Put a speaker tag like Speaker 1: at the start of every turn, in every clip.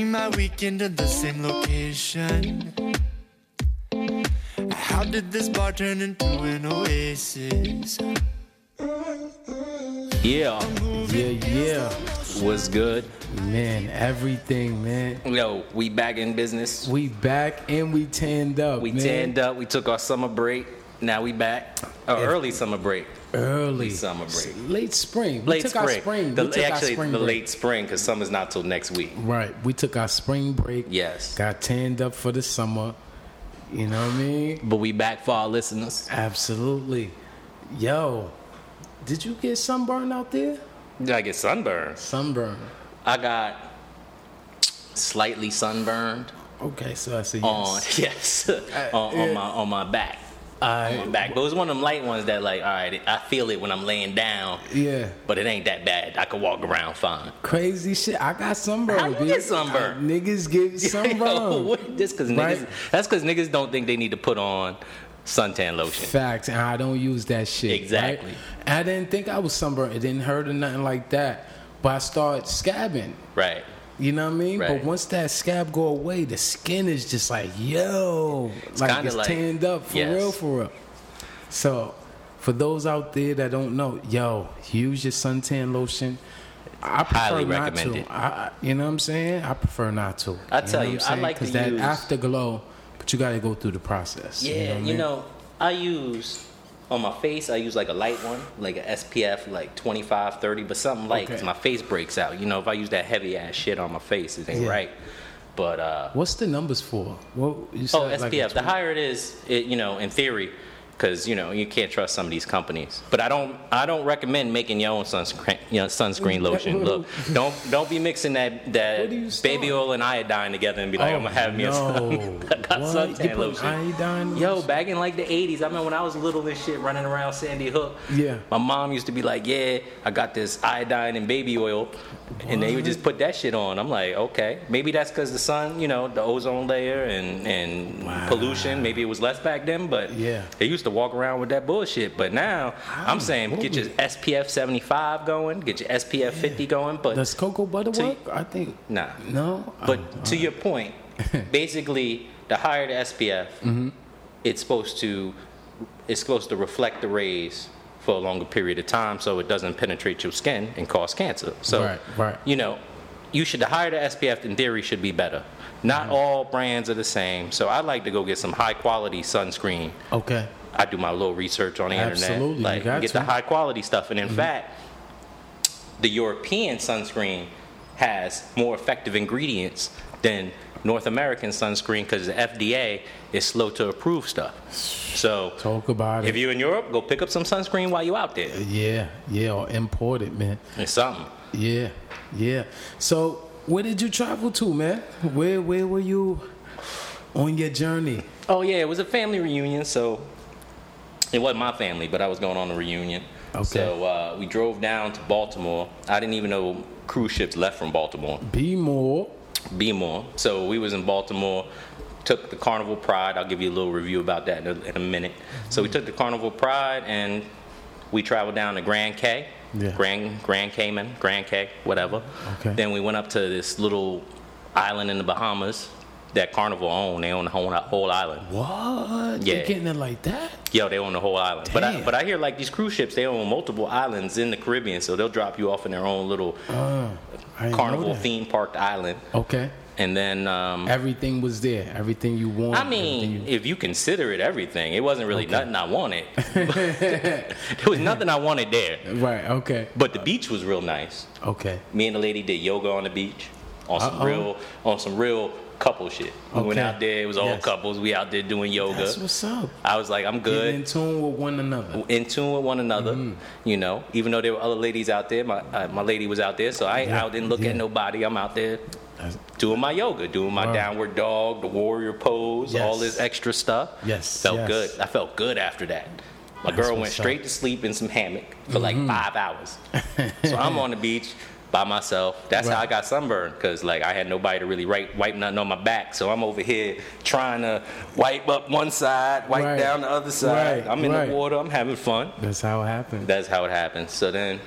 Speaker 1: back into the same location? How did this bar turn into an oasis?
Speaker 2: Yeah,
Speaker 3: Yeah, yeah.
Speaker 2: was good.
Speaker 3: Man, everything, man.
Speaker 2: Yo, we back in business.
Speaker 3: We back and we tanned up.
Speaker 2: We
Speaker 3: man.
Speaker 2: tanned up. We took our summer break. Now we back. Or early summer break.
Speaker 3: early.
Speaker 2: Summer break.
Speaker 3: Late spring.
Speaker 2: Late
Speaker 3: we took
Speaker 2: spring.
Speaker 3: our spring.
Speaker 2: The,
Speaker 3: we took
Speaker 2: actually,
Speaker 3: our spring
Speaker 2: the
Speaker 3: break.
Speaker 2: late spring because summer's not till next week.
Speaker 3: Right. We took our spring break.
Speaker 2: Yes.
Speaker 3: Got tanned up for the summer. You know what I mean?
Speaker 2: But we back for our listeners.
Speaker 3: Absolutely. Yo, did you get sunburn out there?
Speaker 2: Did I get sunburned?
Speaker 3: Sunburn.
Speaker 2: I got slightly sunburned
Speaker 3: Okay, so I said
Speaker 2: on
Speaker 3: yes.
Speaker 2: yes on, on
Speaker 3: yeah.
Speaker 2: my on my back.
Speaker 3: I-
Speaker 2: on my back. But it was one of them light ones that like, all right, I feel it when I'm laying down,
Speaker 3: Yeah.
Speaker 2: but it ain't that bad. I could walk around fine.
Speaker 3: Crazy shit. I got sunburn.
Speaker 2: How you
Speaker 3: bitch.
Speaker 2: get sunburn?
Speaker 3: Uh, niggas get sunburn.
Speaker 2: Yo, what- Just because
Speaker 3: Right.
Speaker 2: niggas, that's because niggas don't think they need to put on suntan lotion.
Speaker 3: Facts, and I don't use that shit. right?
Speaker 2: Exactly.
Speaker 3: And I didn't think I was sunburned. It didn't hurt or nothing like that. But I started scabbing.
Speaker 2: Right.
Speaker 3: You know what I mean?
Speaker 2: Right.
Speaker 3: But once that scab go away, the skin is just like, yo, like
Speaker 2: kinda
Speaker 3: it's
Speaker 2: like-
Speaker 3: tanned up for
Speaker 2: yes.
Speaker 3: real, for real. So, for those out there that don't know, yo, use your suntan lotion. I prefer
Speaker 2: Highly
Speaker 3: not
Speaker 2: recommend
Speaker 3: to.
Speaker 2: it.
Speaker 3: I, I- you know what I'm saying? I prefer not to.
Speaker 2: I tell
Speaker 3: know
Speaker 2: you,
Speaker 3: what
Speaker 2: I
Speaker 3: I'm saying?
Speaker 2: like to
Speaker 3: that
Speaker 2: use-
Speaker 3: afterglow, but you got to go through the process.
Speaker 2: Yeah, you know,
Speaker 3: what I mean?
Speaker 2: I use on my face, I use like a light one, like a SPF, like 25, 30, but something light 'cause
Speaker 3: Okay.
Speaker 2: my face breaks out. You know, if I use that heavy ass shit on my face, it ain't
Speaker 3: Yeah.
Speaker 2: right. But, uh,
Speaker 3: What's the numbers for? What you said?
Speaker 2: oh,
Speaker 3: like,
Speaker 2: SPF, the higher it is, it, you know, in theory, because you know you can't trust some of these companies. But I don't, I don't recommend making your own sunscreen, you know, sunscreen lotion. Look, don't, don't be mixing that that
Speaker 3: Where do you start? Oh,
Speaker 2: baby oil and iodine together and be like, I'm gonna have me a
Speaker 3: no.
Speaker 2: sun. I got
Speaker 3: What?
Speaker 2: suntan
Speaker 3: You put
Speaker 2: lotion.
Speaker 3: iodine
Speaker 2: Yo,
Speaker 3: lotion?
Speaker 2: back in like the 80s, I mean, when I was little and shit, running around Sandy Hook,
Speaker 3: Yeah.
Speaker 2: my mom used to be like, "Yeah, I got this iodine and baby oil," and they would just put that shit on. I'm like, "Okay, maybe that's because the sun, you know, the ozone layer and and pollution. Maybe it was less back then, but
Speaker 3: Yeah.
Speaker 2: they used to walk around with that bullshit. But now, I'm saying, get your SPF 75 going, get your SPF 50 going, but
Speaker 3: Does cocoa butter
Speaker 2: To-
Speaker 3: work? I think
Speaker 2: nah.
Speaker 3: no. Oh,
Speaker 2: But to your point, basically, the higher the SPF,
Speaker 3: Mm-hmm.
Speaker 2: it's supposed to it's supposed to reflect the rays for a longer period of time, so it doesn't penetrate your skin and cause cancer. So,
Speaker 3: Right, right.
Speaker 2: you know, you should the higher the SPF in theory should be better. Not
Speaker 3: Mm-hmm.
Speaker 2: all brands are the same, so I like to go get some high quality sunscreen.
Speaker 3: oh, okay.
Speaker 2: I do my little research on the
Speaker 3: Absolutely,
Speaker 2: internet.
Speaker 3: you
Speaker 2: Like
Speaker 3: got
Speaker 2: get
Speaker 3: to. Mm-hmm.
Speaker 2: the high quality stuff. And in fact, the European sunscreen has more effective ingredients than North American sunscreen because the FDA is slow to approve stuff. So
Speaker 3: Talk about
Speaker 2: if
Speaker 3: it.
Speaker 2: you're in Europe, go pick up some sunscreen while you're out there.
Speaker 3: yeah, yeah, or import it, man.
Speaker 2: It's something.
Speaker 3: Yeah, yeah. So where did you travel to, man? Where where were you on your journey?
Speaker 2: Oh yeah, it was a family reunion, so it wasn't my family, but I was going on a reunion.
Speaker 3: Okay.
Speaker 2: So uh, we drove down to Baltimore. I didn't even know cruise ships left from Baltimore.
Speaker 3: Be more.
Speaker 2: Bmore. So we was in Baltimore, took the Carnival Pride. I'll give you a little review about that in a, in a minute. So we took the Carnival Pride and we traveled down to Grand Cay,
Speaker 3: Yeah.
Speaker 2: Grand Grand Cayman, Grand Cay, whatever.
Speaker 3: Okay.
Speaker 2: Then we went up to this little island in the Bahamas that Carnival owned. They own the whole, whole island.
Speaker 3: What?
Speaker 2: Yeah.
Speaker 3: They getting it like that?
Speaker 2: Yo, they own the whole island. But I,
Speaker 3: Damn.
Speaker 2: but I hear like these cruise ships, they own multiple islands in the Caribbean, so they'll drop you off in their own little
Speaker 3: Uh, I didn't know
Speaker 2: Carnival
Speaker 3: that.
Speaker 2: theme parked island.
Speaker 3: Okay.
Speaker 2: And then um,
Speaker 3: Everything was there. Everything you wanted.
Speaker 2: I mean,
Speaker 3: everything
Speaker 2: if you consider it everything, it wasn't really nothing I wanted. there was nothing I wanted there.
Speaker 3: you- right. Okay.
Speaker 2: But the beach was real nice.
Speaker 3: Okay.
Speaker 2: Me and the lady did yoga on the beach on some
Speaker 3: Uh-oh.
Speaker 2: real on some real couple shit. We went
Speaker 3: Okay.
Speaker 2: out there, it was all
Speaker 3: Yes.
Speaker 2: couples. We out there doing yoga.
Speaker 3: That's what's up.
Speaker 2: I was like, I'm
Speaker 3: Get in
Speaker 2: good.
Speaker 3: tune with one another.
Speaker 2: In tune with one another,
Speaker 3: Mm-hmm.
Speaker 2: you know. Even though there were other ladies out there, my uh, my lady was out there, so I ain't
Speaker 3: Yeah,
Speaker 2: out didn't look
Speaker 3: yeah.
Speaker 2: at nobody. I'm out there
Speaker 3: That's-
Speaker 2: doing my yoga, doing my
Speaker 3: Wow.
Speaker 2: downward dog, the warrior pose, all
Speaker 3: Yes.
Speaker 2: this extra stuff.
Speaker 3: Yes,
Speaker 2: Felt
Speaker 3: yes.
Speaker 2: good. I felt good after that. My
Speaker 3: That's
Speaker 2: girl went
Speaker 3: what's Mm-hmm.
Speaker 2: straight to sleep in some hammock for like five hours. so I'm on the beach by myself. That's how I
Speaker 3: Right.
Speaker 2: got sunburned because like I had nobody to really write, wipe nothing on my back. So I'm over here trying to wipe up one side, wipe
Speaker 3: Right.
Speaker 2: down the other side.
Speaker 3: Right,
Speaker 2: I'm in
Speaker 3: right.
Speaker 2: the water. I'm having fun.
Speaker 3: That's how it happened.
Speaker 2: Mm-hmm. That's how it happened. So then,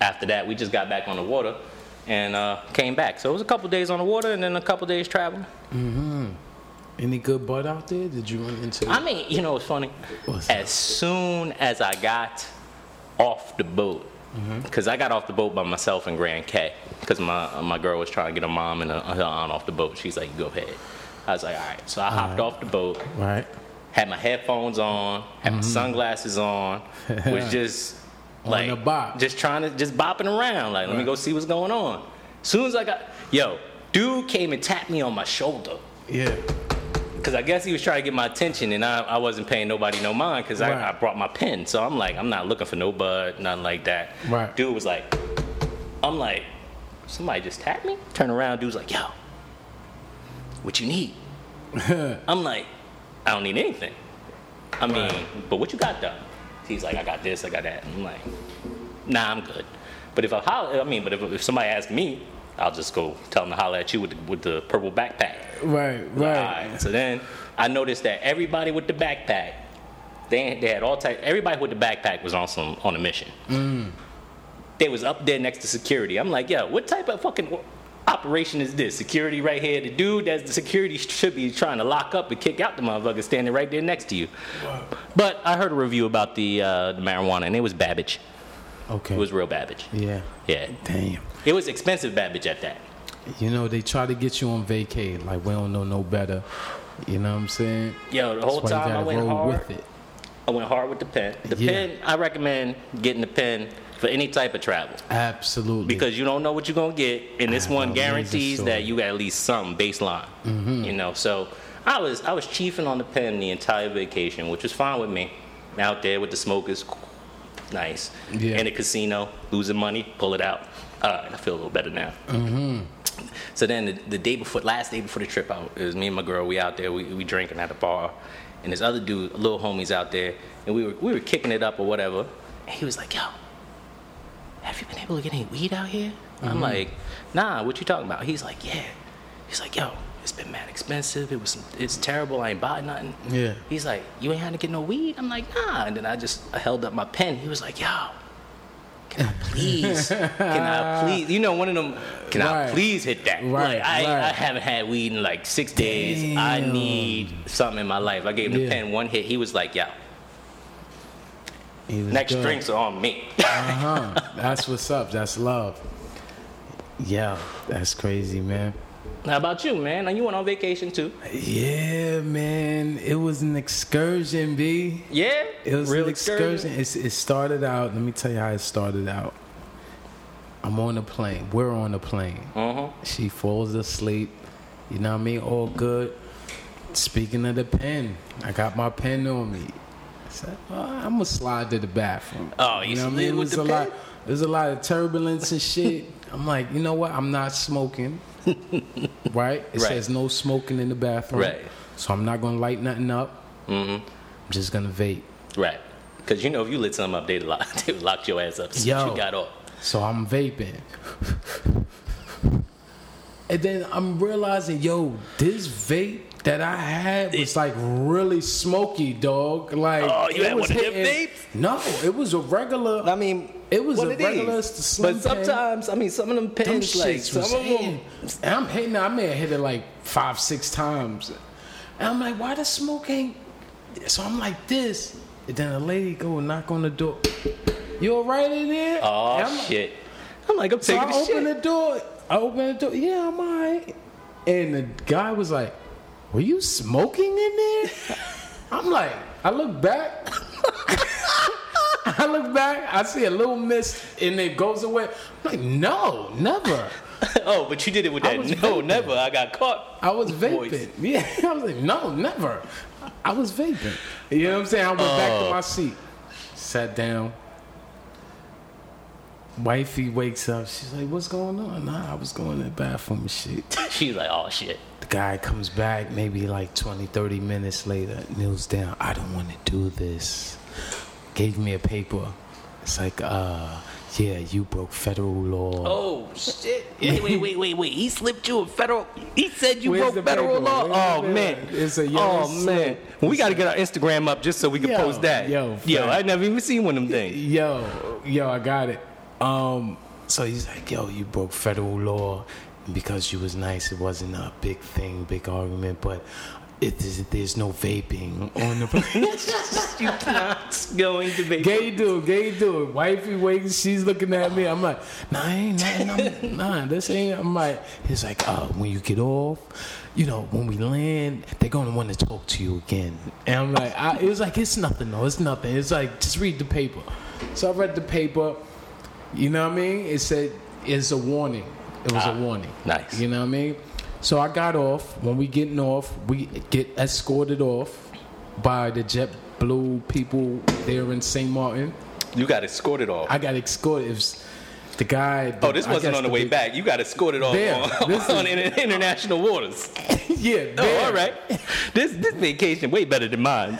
Speaker 2: after that, we just got back on the water, and uh, came back. So it was a couple days on the water and then a couple days traveling.
Speaker 3: Any good butt out there? Did you run into?
Speaker 2: I mean, you know, it's funny.
Speaker 3: What's
Speaker 2: as soon as I got off the boat, because I got off the boat by myself and Grand K, because my my girl was trying to get her mom and her, her aunt off the boat. She's like, "Go ahead." I was like, "All right." So I hopped off the boat,
Speaker 3: right.
Speaker 2: had my headphones on, had my sunglasses on, was just
Speaker 3: Mm-hmm. On
Speaker 2: like
Speaker 3: the bop.
Speaker 2: just trying to just bopping around. Like, let me
Speaker 3: Right.
Speaker 2: go see what's going on. Soon as I got, yo, dude came and tapped me on my shoulder.
Speaker 3: Yeah.
Speaker 2: Because I guess he was trying to get my attention, and I, I wasn't paying nobody no mind because
Speaker 3: Right.
Speaker 2: I, I brought my pen. So I'm like, I'm not looking for no bud, nothing like that.
Speaker 3: Right.
Speaker 2: Dude was like, I'm like, somebody just tapped me? Turn around, dude's like, yo, what you need? I'm like, I don't need anything. I mean, but what you got though? He's like, I got this, I got that. I'm like, nah, I'm good. But if I holler, I mean, but if, if somebody asks me, I'll just go tell them to holler at you with the, with the purple backpack.
Speaker 3: Right. Right.
Speaker 2: Alright, So then I noticed that everybody with the backpack, they, they had all type. Everybody with the backpack was on some on a mission. They was up there next to security. I'm like, yo, what type of fucking o- operation is this? Security right here. The dude that the security should be trying to lock up and kick out the motherfucker standing right there next to you. But I heard a review about the, uh, the marijuana and it was Babbage.
Speaker 3: Okay.
Speaker 2: It was real Babbage.
Speaker 3: yeah.
Speaker 2: Yeah,
Speaker 3: Damn.
Speaker 2: it was expensive Babbage at that.
Speaker 3: You know they try to get you on vacay. Like we don't know no better. You know what I'm saying?
Speaker 2: Yo, the whole
Speaker 3: That's why you
Speaker 2: time I
Speaker 3: gotta
Speaker 2: went
Speaker 3: roll
Speaker 2: hard.
Speaker 3: with it.
Speaker 2: I went hard with the pen. The
Speaker 3: Yeah.
Speaker 2: pen, I recommend getting the pen for any type of travel
Speaker 3: Absolutely.
Speaker 2: because you don't know what you're gonna get, and this
Speaker 3: I
Speaker 2: one
Speaker 3: know, this is
Speaker 2: guarantees
Speaker 3: so-
Speaker 2: that you got at least some baseline.
Speaker 3: Mm-hmm.
Speaker 2: You know, so I was I was chiefing on the pen the entire vacation, which was fine with me. Out there with the smokers, nice.
Speaker 3: Yeah.
Speaker 2: In the casino, losing money, pull it out. All right, I feel a little better now.
Speaker 3: Mm-hmm.
Speaker 2: So then the, the day before, last day before the trip out, it was me and my girl. We out there, we, we drinking at a bar, and this other dude, little homies out there, and we were we were kicking it up or whatever. And he was like, "Yo, have you been able to get any weed out here?"
Speaker 3: Mm-hmm.
Speaker 2: I'm like, "Nah, what you talking about?" He's like, "Yeah." He's like, "Yo, it's been mad expensive. It was it's terrible. I ain't bought nothing."
Speaker 3: Yeah.
Speaker 2: He's like, "You ain't had to get no weed." I'm like, "Nah." And then I just I held up my pen. He was like, "Yo." Can I please? Can I please? You know, one of them. Can I
Speaker 3: Right.
Speaker 2: please hit that?
Speaker 3: Right,
Speaker 2: Like, I,
Speaker 3: right.
Speaker 2: I haven't had weed in like six days. I
Speaker 3: Damn.
Speaker 2: need something in my life. I gave him
Speaker 3: Yeah.
Speaker 2: the pen one hit. He was like, "Yo,
Speaker 3: He was
Speaker 2: next
Speaker 3: good.
Speaker 2: drinks are on me."
Speaker 3: Uh huh. That's what's up. That's love. Yeah, that's crazy, man.
Speaker 2: How about you, man? Now you went on vacation too.
Speaker 3: Yeah, man. It was an excursion, B.
Speaker 2: Yeah,
Speaker 3: It was
Speaker 2: Real
Speaker 3: an excursion. It's, it started out. Let me tell you how it started out. I'm on a plane. We're on a plane.
Speaker 2: Uh-huh.
Speaker 3: She falls asleep. You know what I mean? All good. Speaking of the pen, I got my pen on me. I said, I'm gonna slide to the bathroom.
Speaker 2: Oh, you
Speaker 3: what
Speaker 2: slid
Speaker 3: It
Speaker 2: with
Speaker 3: was
Speaker 2: the
Speaker 3: a
Speaker 2: pen?
Speaker 3: lot. There's a lot of turbulence and shit. I'm like, you know what? I'm not smoking. right?
Speaker 2: Right.
Speaker 3: It says no smoking in the bathroom.
Speaker 2: Right.
Speaker 3: So I'm not gonna light nothing up. Mm-hmm. I'm just gonna vape.
Speaker 2: Right, because you know if you lit something up, they lock they locked your ass up. So
Speaker 3: Yo.
Speaker 2: you got off.
Speaker 3: So I'm vaping. And then I'm realizing, yo, this vape that I had was like really smoky, dog. Like,
Speaker 2: Oh, you
Speaker 3: it
Speaker 2: had
Speaker 3: was
Speaker 2: one of them
Speaker 3: hitting- No, it was a regular.
Speaker 2: I mean,
Speaker 3: it was
Speaker 2: what
Speaker 3: a
Speaker 2: it is.
Speaker 3: regular slim
Speaker 2: But
Speaker 3: pen.
Speaker 2: sometimes, I mean, some of them
Speaker 3: Them
Speaker 2: pens, like
Speaker 3: shits
Speaker 2: some
Speaker 3: was
Speaker 2: of them,
Speaker 3: hitting. And I'm hitting. I may have hit it like five, six times. And I'm like, why the smoke ain't? So I'm like this. And then a lady go knock on the door. You all right in there?
Speaker 2: oh
Speaker 3: And I'm like,
Speaker 2: shit. I'm like, I'm
Speaker 3: so
Speaker 2: taking
Speaker 3: I
Speaker 2: a shit.
Speaker 3: opened the door. I opened the door. Yeah, I'm alright. And the guy was like, "Were you smoking in there?" I'm like, I look back. I look back. I see a little mist, and it goes away. I'm like, no, never.
Speaker 2: Oh, but you did it with
Speaker 3: I
Speaker 2: that. No,
Speaker 3: was vaping.
Speaker 2: never. I got caught.
Speaker 3: I was vaping.
Speaker 2: Voice.
Speaker 3: Yeah, I was like, no, never. I was vaping. You know what I'm saying? I went back to my seat, sat down. Wifey wakes up. She's like, "What's going on?" Nah, I was going to the bathroom and shit.
Speaker 2: She's like, oh shit.
Speaker 3: The guy comes back maybe like 20, 30 minutes later, kneels down. I don't want to do this. Gave me a paper. It's like, uh, yeah, you broke federal law.
Speaker 2: Oh shit. Wait, wait, wait, wait, wait. He slipped you a federal. He said you
Speaker 3: Where's the
Speaker 2: broke federal
Speaker 3: paper?
Speaker 2: law.
Speaker 3: Where's
Speaker 2: Oh
Speaker 3: the paper?
Speaker 2: man.
Speaker 3: It's a yellow
Speaker 2: Oh man. We got to get our Instagram up just so we can
Speaker 3: Yo,
Speaker 2: post that.
Speaker 3: yo,
Speaker 2: yo,
Speaker 3: Frank.
Speaker 2: I never even seen one of them things.
Speaker 3: Yo, yo, I got it. Um, So he's like, yo, you broke federal law. And because you was nice, it wasn't a big thing, big argument, but it is, there's no vaping on the plane.
Speaker 2: You're not going to be.
Speaker 3: gay dude, gay dude. Wifey waiting, she's looking at me. I'm like, nah, ain't nothing. I'm, nah, this ain't. I'm like, he's like, uh, when you get off, you know, when we land, they're gonna want to talk to you again. And I'm like, I, it was like, it's nothing, though. It's nothing. It's like, just read the paper. So I read the paper. You know what I mean? It said it's a warning. It was
Speaker 2: Ah,
Speaker 3: a warning.
Speaker 2: nice.
Speaker 3: You know what I mean? So I got off. When we getting off, we get escorted off by the JetBlue people there in St. Martin.
Speaker 2: You got escorted off.
Speaker 3: I got escorted. It was the guy.
Speaker 2: oh, this
Speaker 3: I
Speaker 2: wasn't
Speaker 3: guess
Speaker 2: on the way
Speaker 3: big-
Speaker 2: back. You got escorted off
Speaker 3: There,
Speaker 2: on,
Speaker 3: this is-
Speaker 2: on in- international waters.
Speaker 3: yeah.
Speaker 2: Oh,
Speaker 3: there.
Speaker 2: all right. This this vacation way better than mine.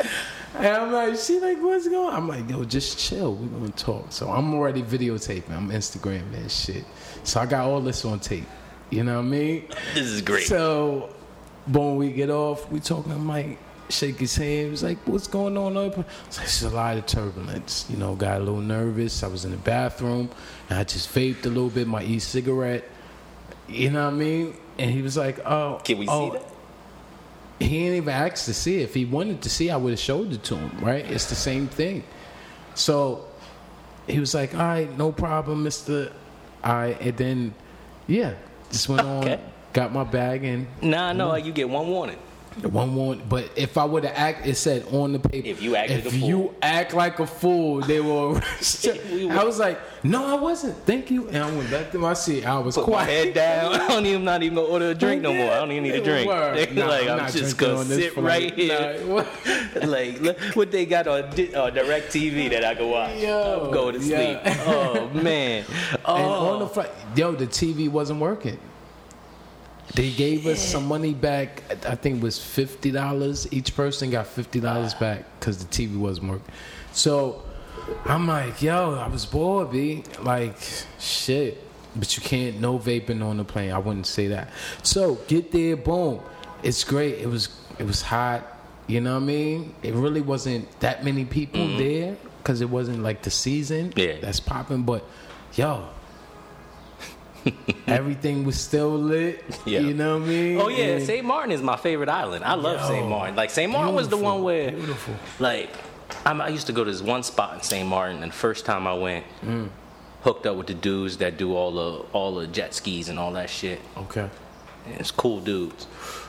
Speaker 3: And I'm like, she like, what's going on? I'm like, yo, just chill. We're going to talk. So I'm already videotaping. I'm Instagramming and shit. So I got all this on tape. You know what I mean?
Speaker 2: This is great.
Speaker 3: So, but when we get off, we talking. I'm like, shake his hand. He was like, "What's going on?" Up? I was like, "It's a lot of turbulence." You know, got a little nervous. I was in the bathroom, and I just vaped a little bit my e-cigarette. You know what I mean? And he was like, "Oh,
Speaker 2: Can we see
Speaker 3: oh,
Speaker 2: that?
Speaker 3: He ain't even asked to see. it. If he wanted to see, I would have showed it to him. Right? It's the same thing. So he was like, "All right, no problem, Mister." I and then, yeah, just went
Speaker 2: Okay.
Speaker 3: on, got my bag and
Speaker 2: Nah, no,
Speaker 3: Mm-hmm.
Speaker 2: you get one warning.
Speaker 3: one won't. But if I would have act, it said on the paper.
Speaker 2: If you act like
Speaker 3: if
Speaker 2: a fool."
Speaker 3: you act like a fool, they will arrest you. I was like, no, I wasn't. Thank you, and I went back to my seat. I was
Speaker 2: Put my
Speaker 3: quiet.
Speaker 2: head down. I don't even not even gonna order a drink no more. I don't even need a drink.
Speaker 3: Word.
Speaker 2: They're
Speaker 3: Nah,
Speaker 2: like I'm,
Speaker 3: not
Speaker 2: just
Speaker 3: drinking
Speaker 2: gonna
Speaker 3: on this
Speaker 2: sit
Speaker 3: flight.
Speaker 2: right here.
Speaker 3: Nah, what-
Speaker 2: like look what they got on di- uh, direct TV that I can watch.
Speaker 3: Yo,
Speaker 2: I'm going to sleep.
Speaker 3: yeah.
Speaker 2: Oh man.
Speaker 3: And
Speaker 2: Oh.
Speaker 3: on the flight, yo, the TV wasn't working. They gave us some money back. I think it was fifty dollars. Each person got fifty dollars back because the TV wasn't working. So I'm like, yo, I was bored, b. Like, shit. But you can't no vaping on the plane. I wouldn't say that. So get there, boom. It's great. It was it was hot. You know what I mean? It really wasn't that many people there because it wasn't like the season
Speaker 2: Mm-hmm. Yeah.
Speaker 3: that's popping. But yo, everything was still lit.
Speaker 2: Yeah.
Speaker 3: You know what I mean?
Speaker 2: Oh yeah,
Speaker 3: And
Speaker 2: St. Martin is my favorite island. I love
Speaker 3: Mm-hmm. Yo.
Speaker 2: St. Martin. Like St. Martin was the
Speaker 3: Beautiful,
Speaker 2: one where,
Speaker 3: beautiful.
Speaker 2: like, I'm, I used to go to this one spot in St. Martin, and the first time I went,
Speaker 3: Mm.
Speaker 2: hooked up with the dudes that do all the all the jet skis and all that shit.
Speaker 3: Okay.
Speaker 2: And it's cool dudes.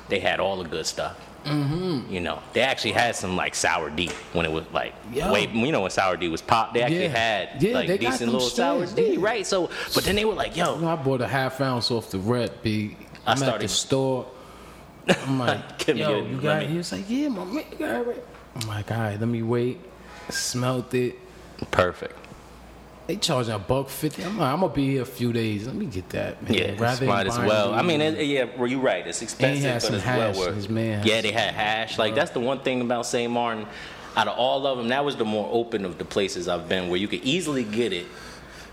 Speaker 2: They had all the good stuff. Mm-hmm. You know, they actually had some like sour D when it was like
Speaker 3: Yo.
Speaker 2: way you know when sour D was pop. They actually
Speaker 3: Yeah.
Speaker 2: had
Speaker 3: Yeah,
Speaker 2: like
Speaker 3: they got
Speaker 2: decent
Speaker 3: them
Speaker 2: little sour
Speaker 3: shits,
Speaker 2: D,
Speaker 3: yeah.
Speaker 2: right? So, but then they were like,
Speaker 3: You know,
Speaker 2: yo,
Speaker 3: I bought a half ounce off the rep. B.
Speaker 2: I
Speaker 3: I'm at the
Speaker 2: started-
Speaker 3: store. I'm like,
Speaker 2: Give me
Speaker 3: yo,
Speaker 2: a-
Speaker 3: you
Speaker 2: let
Speaker 3: got
Speaker 2: me-
Speaker 3: it? He was like, yeah, my man, you got it. right." I'm like, all right, let me wait. Smelt it. Mm.
Speaker 2: perfect.
Speaker 3: They charging a buck fifty. I'm like, I'm gonna be here a few days. Let me get that, man.
Speaker 2: Yeah,
Speaker 3: Rather than
Speaker 2: might as
Speaker 3: buying
Speaker 2: well.
Speaker 3: it,
Speaker 2: I mean, it, yeah, well, you're right. It's expensive,
Speaker 3: had
Speaker 2: but
Speaker 3: some
Speaker 2: it's
Speaker 3: hash,
Speaker 2: well worth.
Speaker 3: his
Speaker 2: it.
Speaker 3: man had
Speaker 2: yeah, they had hash. Like that's the one thing about St. Martin. Out of all of them, that was the more open of the places I've been, where you could easily get it,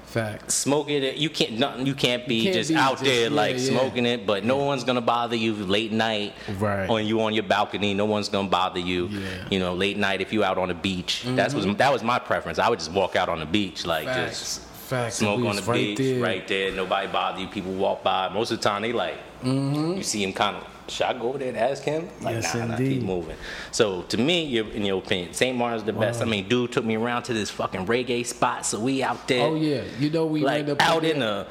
Speaker 3: facts.
Speaker 2: smoke it. You can't, nothing. You can't be
Speaker 3: can't
Speaker 2: just
Speaker 3: be
Speaker 2: out
Speaker 3: just-
Speaker 2: there
Speaker 3: yeah,
Speaker 2: like
Speaker 3: yeah.
Speaker 2: smoking it, but no one's gonna bother you late night.
Speaker 3: Right.
Speaker 2: When you on your balcony, no one's gonna bother you.
Speaker 3: Yeah. Mm-hmm.
Speaker 2: You know, late night if you out on the beach. That's was that was my preference. I would just walk out on the beach, like just
Speaker 3: Facts. Facts.
Speaker 2: smoke
Speaker 3: We
Speaker 2: on the
Speaker 3: was right
Speaker 2: beach,
Speaker 3: there.
Speaker 2: right there. Nobody bother you. People walk by. Most of the time, they like you see him kind of. Should I go over there and ask him? Like,
Speaker 3: Mm-hmm. Yes,
Speaker 2: nah, nah, keep
Speaker 3: indeed.
Speaker 2: moving. So, to me, you're, in your opinion, St. Martin's the best. I mean, dude took me around to this fucking reggae spot, so we out there,
Speaker 3: Oh yeah, you know we
Speaker 2: like
Speaker 3: end up
Speaker 2: out in a,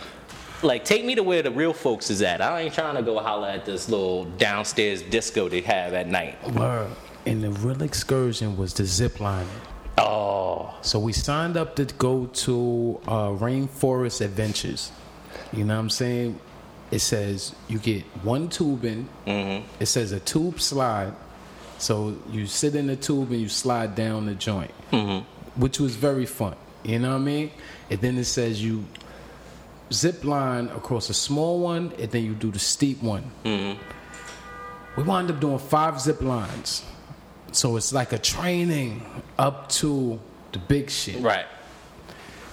Speaker 2: like take me to where the real folks is at. I ain't trying to go holler at this little downstairs disco they have at night.
Speaker 3: Word. And the real excursion was the zip lining.
Speaker 2: Oh,
Speaker 3: So we signed up to go to uh, Rainforest Adventures. You know what I'm saying? It says you get one tubing. It says a tube slide. So you sit in the tube and you slide down the joint, which was very fun. You know what I mean? And then it says you zip line across a small one, and then you do the steep one. We wound up doing five zip lines. So it's like a training up to the big shit.
Speaker 2: right.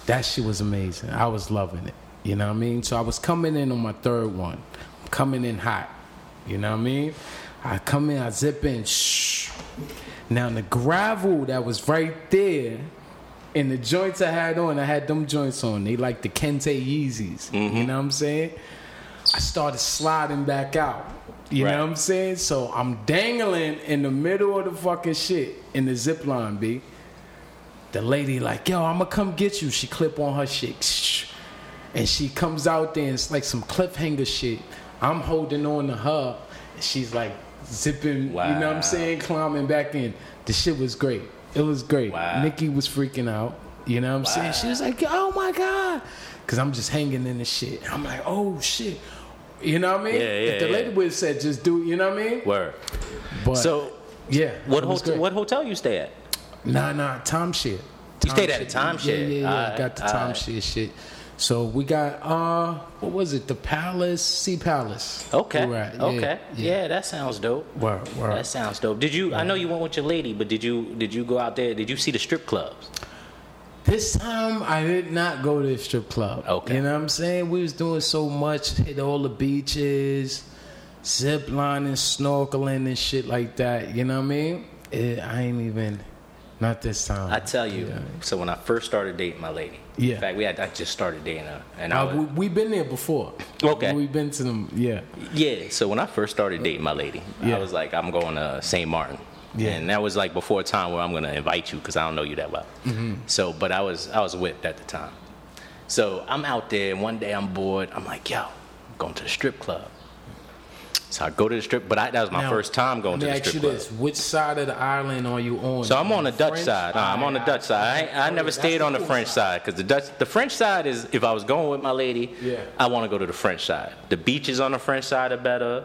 Speaker 3: That shit was amazing. I was loving it. You know what I mean? So I was coming in on my third one. I'm coming in hot. You know what I mean? I come in, I zip in. Shh. Now the gravel that was right there And the joints I had on, I had them joints on. They like the Kente Yeezys. You know what I'm saying? I started sliding back out. You
Speaker 2: Right.
Speaker 3: know what I'm saying? So I'm dangling in the middle of the fucking shit in the zip line, B. The lady like, yo, I'ma come get you. She clip on her shit. Shh. And she comes out there and it's like some cliffhanger shit. I'm holding on to her. And she's like zipping, you know what
Speaker 2: Wow.
Speaker 3: I'm saying? Climbing back in. The shit was great. It was great.
Speaker 2: Wow.
Speaker 3: Nikki was freaking out. You know what I'm saying? She was like, oh my God. Cause I'm just hanging in the shit. I'm like, oh shit. You know what I mean?
Speaker 2: Yeah, yeah,
Speaker 3: if the
Speaker 2: yeah.
Speaker 3: lady would have said just do it, you know what I mean?
Speaker 2: Word.
Speaker 3: But
Speaker 2: So,
Speaker 3: yeah.
Speaker 2: what
Speaker 3: it was
Speaker 2: hotel?
Speaker 3: great.
Speaker 2: What hotel you stay at?
Speaker 3: Nah, nah, timeshare.
Speaker 2: You stayed at a
Speaker 3: Yeah,
Speaker 2: timeshare.
Speaker 3: yeah, yeah.
Speaker 2: Alright,
Speaker 3: got the
Speaker 2: alright.
Speaker 3: timeshare shit. So we got uh, what was it? The Palace, Sea Palace.
Speaker 2: Okay.
Speaker 3: We were at. Yeah,
Speaker 2: okay. Yeah. that sounds dope.
Speaker 3: Word, word.
Speaker 2: That sounds dope. Did you? I know you went with your lady, but did you? Did you go out there? Did you see the strip clubs?
Speaker 3: This time I did not go to the strip club.
Speaker 2: Okay.
Speaker 3: You know what I'm saying? We was doing so much, hit all the beaches, zip lining, snorkeling and shit like that. You know what I mean? It, I ain't even not this time.
Speaker 2: I tell you. So when I first started dating my lady,
Speaker 3: Yeah.
Speaker 2: In fact, we had I just started dating her, and I
Speaker 3: Uh, we,
Speaker 2: was,
Speaker 3: we've been there before.
Speaker 2: Okay.
Speaker 3: We've been to them. Yeah.
Speaker 2: yeah. So when I first started dating my lady,
Speaker 3: Yeah.
Speaker 2: I was like, I'm going to St. Martin.
Speaker 3: Yeah.
Speaker 2: And that was like before a time where I'm gonna invite you because I don't know you that well.
Speaker 3: Mm-hmm.
Speaker 2: So, but I was I was whipped at the time. So I'm out there, and one day I'm bored. I'm like, yo, I'm going to the strip club. So I go to the strip, but I, that was my
Speaker 3: Now,
Speaker 2: first time going to the
Speaker 3: Let
Speaker 2: strip
Speaker 3: me ask you
Speaker 2: club.
Speaker 3: this: Which side of the island are you on?
Speaker 2: So I'm on the Dutch
Speaker 3: French?
Speaker 2: side. Nah, I'm on the
Speaker 3: Alright,
Speaker 2: Dutch side. I, I
Speaker 3: okay,
Speaker 2: never
Speaker 3: that's
Speaker 2: stayed on the
Speaker 3: cool
Speaker 2: French side because the Dutch, the French side is if I was going with my lady,
Speaker 3: Yeah.
Speaker 2: I want to go to the French side. The beaches on the French side are better.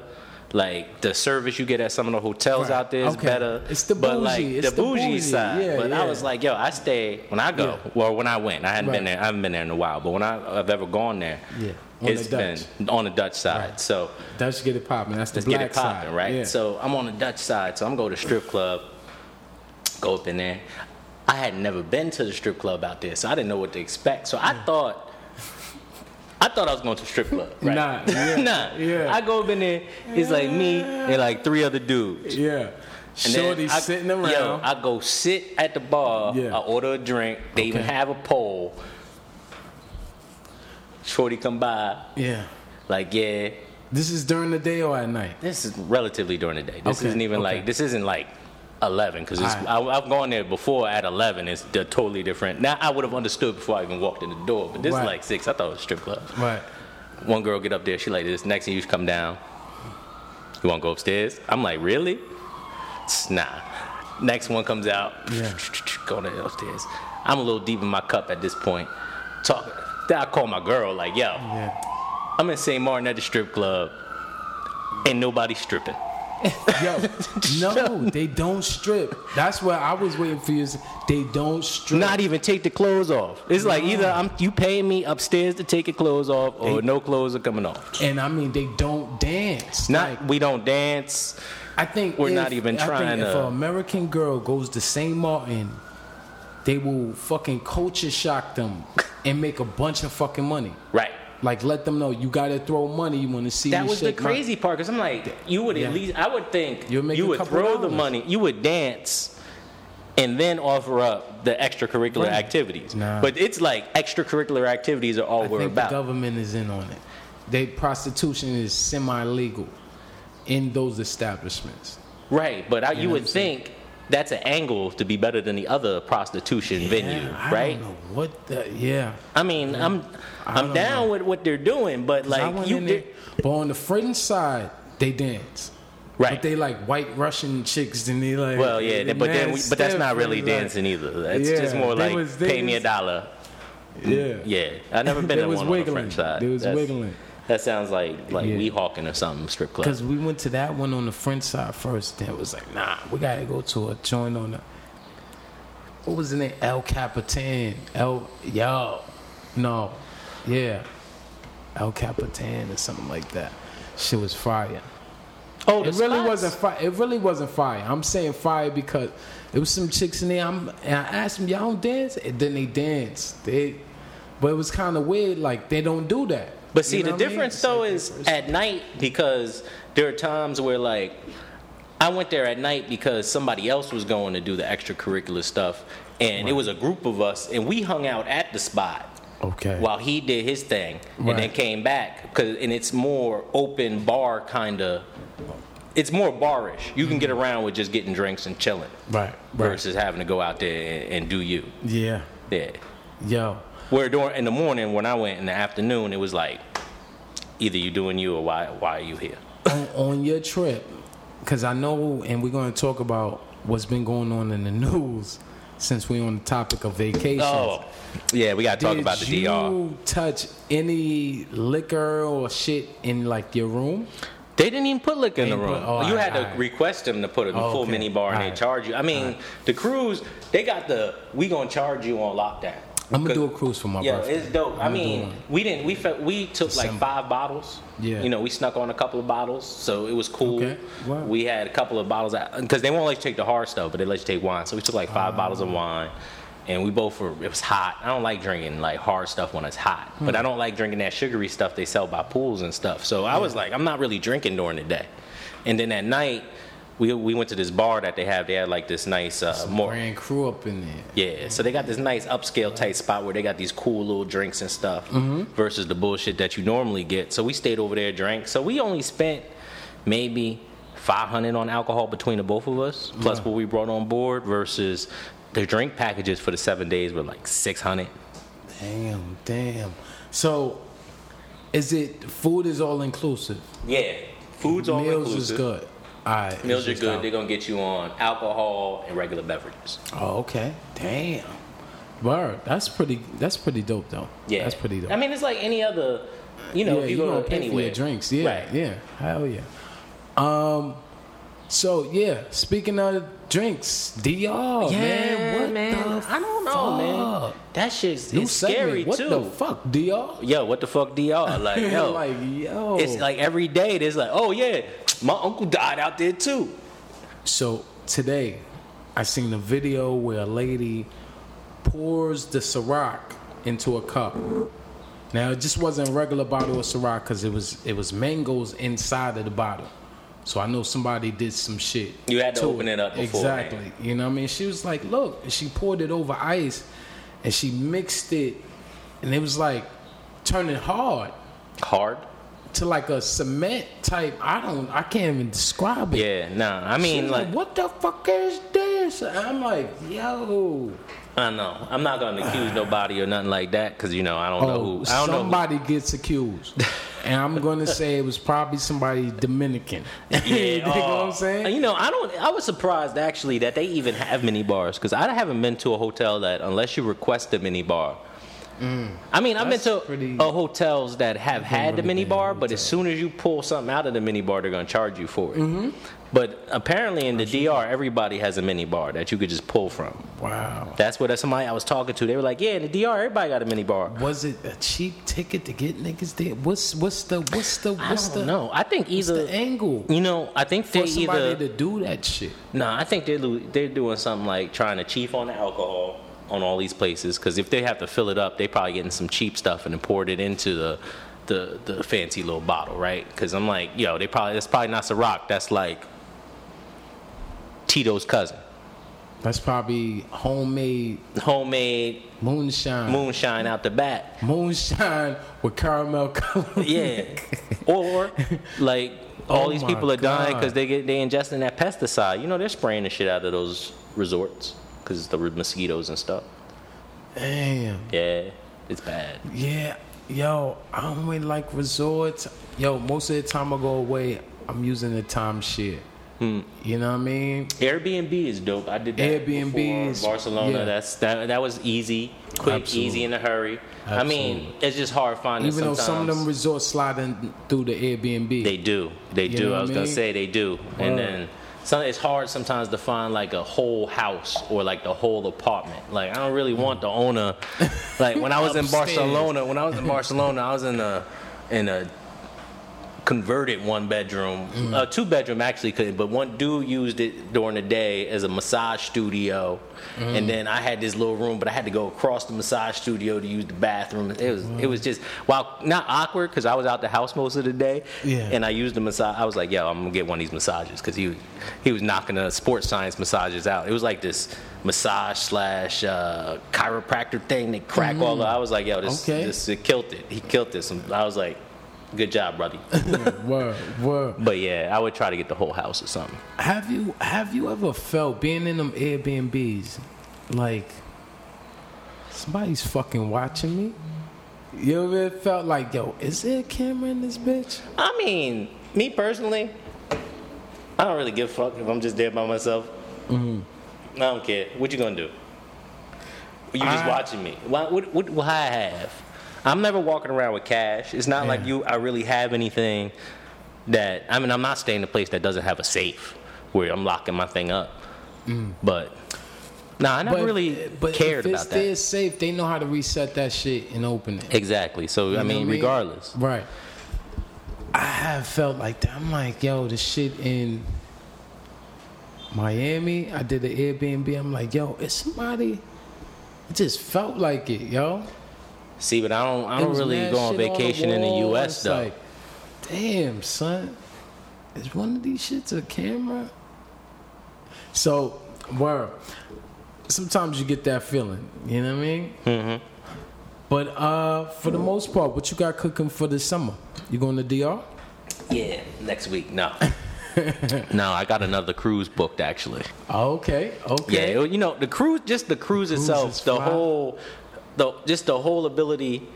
Speaker 2: Like the service you get at some of the hotels
Speaker 3: Right,
Speaker 2: out there is
Speaker 3: okay.
Speaker 2: better.
Speaker 3: It's the
Speaker 2: but like
Speaker 3: bougie, it's
Speaker 2: the
Speaker 3: the
Speaker 2: bougie,
Speaker 3: bougie,
Speaker 2: side.
Speaker 3: yeah,
Speaker 2: but
Speaker 3: yeah.
Speaker 2: I was like, yo, I stay when I go.
Speaker 3: Yeah.
Speaker 2: Well, when I went, I hadn't been
Speaker 3: Right.
Speaker 2: there. I haven't been there in a while. But when I, I've ever gone there,
Speaker 3: Yeah, on
Speaker 2: it's
Speaker 3: the Dutch.
Speaker 2: been on the Dutch side.
Speaker 3: Right.
Speaker 2: So
Speaker 3: Dutch get it popping. That's the
Speaker 2: let's
Speaker 3: black
Speaker 2: get it popping,
Speaker 3: side,
Speaker 2: right?
Speaker 3: Yeah.
Speaker 2: So I'm on the Dutch side, so I'm going to the strip club, go up in there. I had never been to the strip club out there, so I didn't know what to expect. So I thought, I thought I was going to a strip club, right?
Speaker 3: Nah, yeah,
Speaker 2: nah.
Speaker 3: yeah.
Speaker 2: I go up in there, it's like me and like three other dudes.
Speaker 3: yeah.
Speaker 2: And then
Speaker 3: Shorty
Speaker 2: I-
Speaker 3: sitting around.
Speaker 2: Yo, I go sit at the bar.
Speaker 3: Yeah.
Speaker 2: I order a drink. They even
Speaker 3: Okay.
Speaker 2: have a pole. Shorty come by,
Speaker 3: yeah.
Speaker 2: like yeah,
Speaker 3: This is during the day or at night.
Speaker 2: this is relatively during the day. This
Speaker 3: Okay,
Speaker 2: isn't even
Speaker 3: okay.
Speaker 2: like this isn't like eleven because it's I,
Speaker 3: Alright.
Speaker 2: I've gone there before at eleven. It's they're totally different. Now I would have understood before I even walked in the door, but this
Speaker 3: Right.
Speaker 2: is like six. I thought it was a strip club.
Speaker 3: Right.
Speaker 2: One girl get up there, she like this. Next thing you come down, you want to go upstairs? I'm like really? Tss, Nah. Next one comes out,
Speaker 3: Yeah.
Speaker 2: go to upstairs. I'm a little deep in my cup at this point. Talking. Then I call my girl like, yo,
Speaker 3: Yeah.
Speaker 2: I'm in St. Martin at the strip club, and nobody's stripping.
Speaker 3: Yo, no, they don't strip. That's where I was waiting for you. to say, They don't strip.
Speaker 2: not even take the clothes off. It's like either I'm you paying me upstairs to take your clothes off, or no clothes are coming off.
Speaker 3: and I mean, they don't dance.
Speaker 2: Not
Speaker 3: Like,
Speaker 2: we don't dance.
Speaker 3: I think
Speaker 2: We're
Speaker 3: if-
Speaker 2: not even
Speaker 3: I
Speaker 2: trying
Speaker 3: think if
Speaker 2: to-
Speaker 3: an American girl goes to St. Martin, they will fucking culture shock them and make a bunch of fucking money.
Speaker 2: Right.
Speaker 3: Like let them know you gotta throw money. You want to see
Speaker 2: That
Speaker 3: me
Speaker 2: was the
Speaker 3: shake my-
Speaker 2: crazy part because I'm like, you would
Speaker 3: Yeah.
Speaker 2: at least I would think
Speaker 3: You'll
Speaker 2: you
Speaker 3: make a
Speaker 2: would
Speaker 3: couple
Speaker 2: throw the
Speaker 3: dollars.
Speaker 2: money, you would dance, and then offer up the extracurricular
Speaker 3: Right.
Speaker 2: activities.
Speaker 3: Nah.
Speaker 2: But it's like extracurricular activities are all
Speaker 3: I
Speaker 2: we're
Speaker 3: think the
Speaker 2: about.
Speaker 3: government is in on it. They prostitution is semi legal in those establishments.
Speaker 2: Right, but I, you
Speaker 3: know
Speaker 2: would
Speaker 3: what I'm saying?
Speaker 2: think that's an angle to be better than the other prostitution venue,
Speaker 3: Yeah, I
Speaker 2: right?
Speaker 3: Don't know what the yeah.
Speaker 2: I mean, I'm
Speaker 3: I
Speaker 2: I'm
Speaker 3: don't
Speaker 2: down
Speaker 3: know.
Speaker 2: with what they're doing, but
Speaker 3: 'Cause I
Speaker 2: like
Speaker 3: went
Speaker 2: you
Speaker 3: in there,
Speaker 2: did,
Speaker 3: but on the French side they dance.
Speaker 2: Right.
Speaker 3: But they like white Russian chicks and they like
Speaker 2: well, yeah, th- but then we, but that's not really dancing either. That's
Speaker 3: Yeah,
Speaker 2: just more
Speaker 3: they
Speaker 2: like
Speaker 3: was- they
Speaker 2: pay me a
Speaker 3: was-
Speaker 2: dollar.
Speaker 3: Yeah.
Speaker 2: Yeah, I never
Speaker 3: They
Speaker 2: been in
Speaker 3: was
Speaker 2: one
Speaker 3: wiggling.
Speaker 2: on the French side.
Speaker 3: They was
Speaker 2: That's-
Speaker 3: wiggling.
Speaker 2: That sounds like like
Speaker 3: Yeah.
Speaker 2: we hawking or something strip club.
Speaker 3: Because we went to that one on the French side first. Then it was like, nah, we gotta go to a joint on the. What was the name? El Capitan. El yo, no, yeah, El Capitan or something like that. Shit was fire.
Speaker 2: Oh,
Speaker 3: It really wasn't fire. It really wasn't fire. I'm saying fire because it was some chicks in there. I'm, and I asked them, y'all don't dance, and then they danced. They, but it was kind of weird. Like they don't do that.
Speaker 2: But see,
Speaker 3: You know
Speaker 2: the
Speaker 3: what I mean?
Speaker 2: difference
Speaker 3: It's
Speaker 2: though
Speaker 3: like-
Speaker 2: is at night because there are times where like I went there at night because somebody else was going to do the extracurricular stuff, and it was a group of us, and we hung out at the spot.
Speaker 3: Okay.
Speaker 2: While he did his thing, and then
Speaker 3: Right.
Speaker 2: came back, 'cause- and it's more open bar kind of. It's more barish. You can get around with just getting drinks and chilling,
Speaker 3: Right. Right.
Speaker 2: versus having to go out there and, and do you.
Speaker 3: Yeah.
Speaker 2: Yeah.
Speaker 3: Yo.
Speaker 2: Where during in the morning when I went in the afternoon, it was like, either you doing you or why why are you here?
Speaker 3: on, on your trip, because I know, and we're going to talk about what's been going on in the news since we're on the topic of vacations.
Speaker 2: Oh, yeah, we gotta talk
Speaker 3: Did
Speaker 2: about the
Speaker 3: you
Speaker 2: DR.
Speaker 3: touch any liquor or shit in like your room?
Speaker 2: They didn't even put liquor in the
Speaker 3: They
Speaker 2: room.
Speaker 3: didn't put- oh,
Speaker 2: you
Speaker 3: all
Speaker 2: had to
Speaker 3: right, all right.
Speaker 2: request them to put a
Speaker 3: Oh,
Speaker 2: full
Speaker 3: okay.
Speaker 2: mini bar, and
Speaker 3: All
Speaker 2: they
Speaker 3: right.
Speaker 2: charge you. I mean, the cruise, they got the we gonna charge you on lockdown.
Speaker 3: I'm gonna do a
Speaker 2: 'Cause-
Speaker 3: cruise for my
Speaker 2: Yeah,
Speaker 3: birthday.
Speaker 2: it's dope. I
Speaker 3: I'm doing
Speaker 2: mean,
Speaker 3: one.
Speaker 2: we didn't. We fe- we took like
Speaker 3: December.
Speaker 2: five bottles.
Speaker 3: Yeah.
Speaker 2: You know, we snuck on a couple of bottles, so it was cool.
Speaker 3: Okay. Wow.
Speaker 2: We had a couple of bottles because they won't let you take the hard stuff, but they let you take wine. So we took like five bottles of wine, and we both were. It was hot. I don't like drinking like hard stuff when it's hot, but I don't like drinking that sugary stuff they sell by pools and stuff. So I was like, I'm not really drinking during the day, and then at night. We, we went to this bar that they have. They had like this nice uh, more
Speaker 3: Grand crew up in there.
Speaker 2: yeah, so they got this nice upscale type spot where they got these cool little drinks and stuff
Speaker 3: Mm-hmm.
Speaker 2: versus the bullshit that you normally get. So we stayed over there, drank. So we only spent maybe 500 on alcohol between the both of us, plus what we brought on board versus the drink packages for the seven days were like 600.
Speaker 3: Damn, damn. So, is it food is all inclusive?
Speaker 2: Yeah, food's all
Speaker 3: Meals
Speaker 2: inclusive.
Speaker 3: is good. All right, it's
Speaker 2: Meals are
Speaker 3: just
Speaker 2: good.
Speaker 3: out.
Speaker 2: They're gonna get you on alcohol and regular beverages.
Speaker 3: Oh, okay. Damn. Word. That's pretty. That's pretty dope, though.
Speaker 2: Yeah,
Speaker 3: That's pretty dope.
Speaker 2: I mean, it's like any other, you know,
Speaker 3: yeah,
Speaker 2: if you,
Speaker 3: you
Speaker 2: go
Speaker 3: gonna
Speaker 2: to
Speaker 3: pay for
Speaker 2: anywhere,
Speaker 3: your drinks. Yeah,
Speaker 2: right.
Speaker 3: yeah. Hell yeah. Um. So yeah, speaking of drinks, Dr.
Speaker 2: Yeah,
Speaker 3: Oh, man, what
Speaker 2: man.
Speaker 3: the
Speaker 2: I don't know, man.
Speaker 3: fuck?
Speaker 2: That shit's
Speaker 3: New
Speaker 2: it's
Speaker 3: segment.
Speaker 2: scary
Speaker 3: what
Speaker 2: too.
Speaker 3: the fuck, Dr.
Speaker 2: yo, what the fuck, dr? Like, yo,
Speaker 3: like oh. yo,
Speaker 2: it's like every day. There's like, oh yeah, my uncle died out there too.
Speaker 3: So today, I seen a video where a lady pours the Ciroc into a cup. Now it just wasn't a regular bottle of Ciroc because it was it was mangoes inside of the bottle. So I know somebody did some shit.
Speaker 2: You had to open
Speaker 3: it.
Speaker 2: it up before, man.
Speaker 3: Exactly. You know what I mean? She was like, look, and she poured it over ice and she mixed it and it was like turning hard
Speaker 2: Hard.
Speaker 3: to like a cement type. I don't I can't even describe it.
Speaker 2: Yeah, nah. I mean,
Speaker 3: She's
Speaker 2: like,
Speaker 3: what the fuck is this? I'm like, yo.
Speaker 2: I know. I'm not gonna accuse nobody or nothing like that because you know I don't know
Speaker 3: Oh,
Speaker 2: who. I don't know.
Speaker 3: somebody gets accused. and I'm going to say it was probably somebody Dominican. you know
Speaker 2: oh.
Speaker 3: what I'm saying?
Speaker 2: You know, I don't. I was surprised actually that they even have mini bars because I haven't been to a hotel that unless you request a mini bar. I mean, I've been
Speaker 3: Mm. That's
Speaker 2: to
Speaker 3: pretty-
Speaker 2: uh, hotels that have had the
Speaker 3: really
Speaker 2: mini
Speaker 3: bad
Speaker 2: bar, but as soon as you pull something out of the mini bar, they're gonna charge you for it.
Speaker 3: Mm-hmm.
Speaker 2: But apparently in the DR, everybody has a mini bar that you could just pull from.
Speaker 3: Wow.
Speaker 2: That's what somebody I was talking to. They were like, "Yeah, in the DR, everybody got a mini bar."
Speaker 3: Was it a cheap ticket to get niggas there? What's what's the what's the
Speaker 2: I
Speaker 3: what's
Speaker 2: don't
Speaker 3: the
Speaker 2: know. I think either
Speaker 3: the angle
Speaker 2: you know, I think they
Speaker 3: for somebody
Speaker 2: either
Speaker 3: to do that shit?
Speaker 2: No, I think they're lo- they're doing something like trying to chief on the alcohol on all these places because if they have to fill it up, they probably getting some cheap stuff and then poured it into the the, the fancy little bottle, right? Because I'm like, yo, they probably that's probably not Ciroc. That's like Tito's cousin,
Speaker 3: That's probably homemade
Speaker 2: homemade
Speaker 3: moonshine.
Speaker 2: moonshine out the bat.
Speaker 3: Moonshine with caramel color.
Speaker 2: Yeah, or like all
Speaker 3: Oh
Speaker 2: these
Speaker 3: my
Speaker 2: people are dying
Speaker 3: God.
Speaker 2: because they get they ingesting that pesticide. You know, they're spraying the shit out of those resorts because the mosquitoes and stuff.
Speaker 3: Damn.
Speaker 2: Yeah, it's bad.
Speaker 3: Yeah, yo, I don't really like resorts. Yo, most of the time I go away, I'm using the timeshare.
Speaker 2: Hmm.
Speaker 3: You know what I mean?
Speaker 2: Airbnb is dope. I did that
Speaker 3: Airbnb
Speaker 2: before.
Speaker 3: is-
Speaker 2: Barcelona.
Speaker 3: yeah.
Speaker 2: That's that. That was easy, quick, easy in a hurry. I mean, it's just hard finding.
Speaker 3: Even though some of them
Speaker 2: sometimes.
Speaker 3: resorts slide in through the Airbnb.
Speaker 2: they do, they
Speaker 3: You know
Speaker 2: do.
Speaker 3: what
Speaker 2: I
Speaker 3: I
Speaker 2: was gonna
Speaker 3: mean?
Speaker 2: say they do, and
Speaker 3: Word.
Speaker 2: then some, it's hard sometimes to find like a whole house or like the whole apartment. Like I don't really want the owner. Like when I was in
Speaker 3: Mm. Upstairs.
Speaker 2: Barcelona, when I was in Barcelona, I was in a in a converted one bedroom,
Speaker 4: Mm-hmm.
Speaker 2: uh, two bedroom actually couldn't, but one dude used it during the day as a massage studio,
Speaker 4: Mm-hmm.
Speaker 2: and then I had this little room, but I had to go across the massage studio to use the bathroom. It was it
Speaker 4: Mm-hmm.
Speaker 2: was just while not awkward because I was out the house most of the day,
Speaker 4: Yeah.
Speaker 2: and I used the massage. I was like, yo, I'm gonna get one of these massages because he was- he was knocking the sports science massages out. It was like this massage slash uh, chiropractor thing. They crack all the. I was like, yo, this
Speaker 4: Mm-hmm. Okay.
Speaker 2: this it killed it. He killed this. And I was like. Good job, brother.
Speaker 3: Word, word.
Speaker 2: But yeah, I would try to get the whole house or something.
Speaker 3: Have you have you ever felt being in them Airbnbs like somebody's fucking watching me? You ever felt like, yo, is there a camera in this bitch?
Speaker 2: I mean, me personally, I don't really give a fuck if I'm just there by myself.
Speaker 3: Mm-hmm.
Speaker 2: I don't care. What you gonna do? You just
Speaker 3: I-
Speaker 2: watching me. Why, what, what, what I have? I'm never walking around with cash. It's not like
Speaker 3: Yeah.
Speaker 2: you. I really have anything that. I mean, I'm not staying in a place that doesn't have a safe where I'm locking my thing up. But nah, I never really cared
Speaker 3: Mm. if it's
Speaker 2: about
Speaker 3: there
Speaker 2: that.
Speaker 3: safe, they know how to reset that shit and open it.
Speaker 2: Exactly. So I
Speaker 3: You know what
Speaker 2: mean, regardless.
Speaker 3: Right. I have felt like that. I'm like, yo, the shit in Miami, I did an Airbnb. I'm like, yo, it's somebody. It just felt like it, yo.
Speaker 2: See, but I don't. I
Speaker 3: It
Speaker 2: don't
Speaker 3: was
Speaker 2: really
Speaker 3: mad
Speaker 2: go on
Speaker 3: shit the
Speaker 2: vacation in the
Speaker 3: wall.
Speaker 2: U.S.
Speaker 3: It's
Speaker 2: though.
Speaker 3: like, damn, son, is one of these shits a camera? So, word. Sometimes you get that feeling, you know what I mean? Mm-hmm. But uh, for the most part, what you got cooking for this summer? You going to DR?
Speaker 2: Yeah, next week. No. no, I got another cruise booked actually.
Speaker 3: Oh, okay, okay.
Speaker 2: Yeah, you know the cruise, just the cruise itself,
Speaker 3: is
Speaker 2: the
Speaker 3: fly.
Speaker 2: whole, the just the whole ability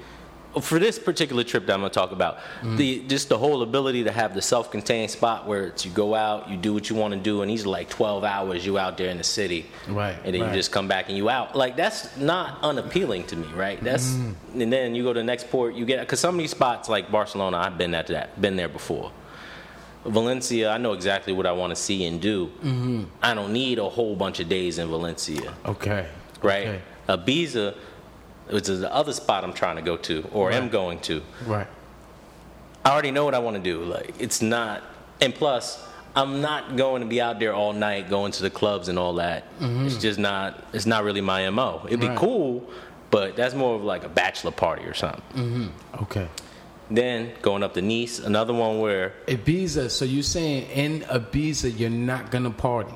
Speaker 2: for this particular trip that I'm gonna talk about.
Speaker 3: Mm-hmm.
Speaker 2: The just the whole ability to have the self-contained spot where it's you go out, you do what you want to do, and these are like 12 hours you out there in the city,
Speaker 3: Right,
Speaker 2: And then
Speaker 3: right.
Speaker 2: you just come back and you out. Like that's not unappealing to me, right? That's
Speaker 3: Mm-hmm.
Speaker 2: and then you go to the next port, you get because some of these spots like Barcelona, I've been at that, been there before. Valencia, I know exactly what I want to see and do. Mm-hmm. I don't need a whole bunch of days in Valencia,
Speaker 3: Okay.
Speaker 2: right?
Speaker 3: Okay.
Speaker 2: Ibiza, which is the other spot I'm trying to go to or am going to.
Speaker 3: Right.
Speaker 2: I already know what I want to do. Like it's not, and plus, I'm not going to be out there all night going to the clubs and all that. It's just not. It's not really my mo. It'd be
Speaker 3: Mm-hmm. Right.
Speaker 2: cool, but that's more of like a bachelor party or something.
Speaker 3: Mm. Okay.
Speaker 2: Then going up to Nice, another one where
Speaker 3: Ibiza. So you saying in Ibiza you're not gonna party?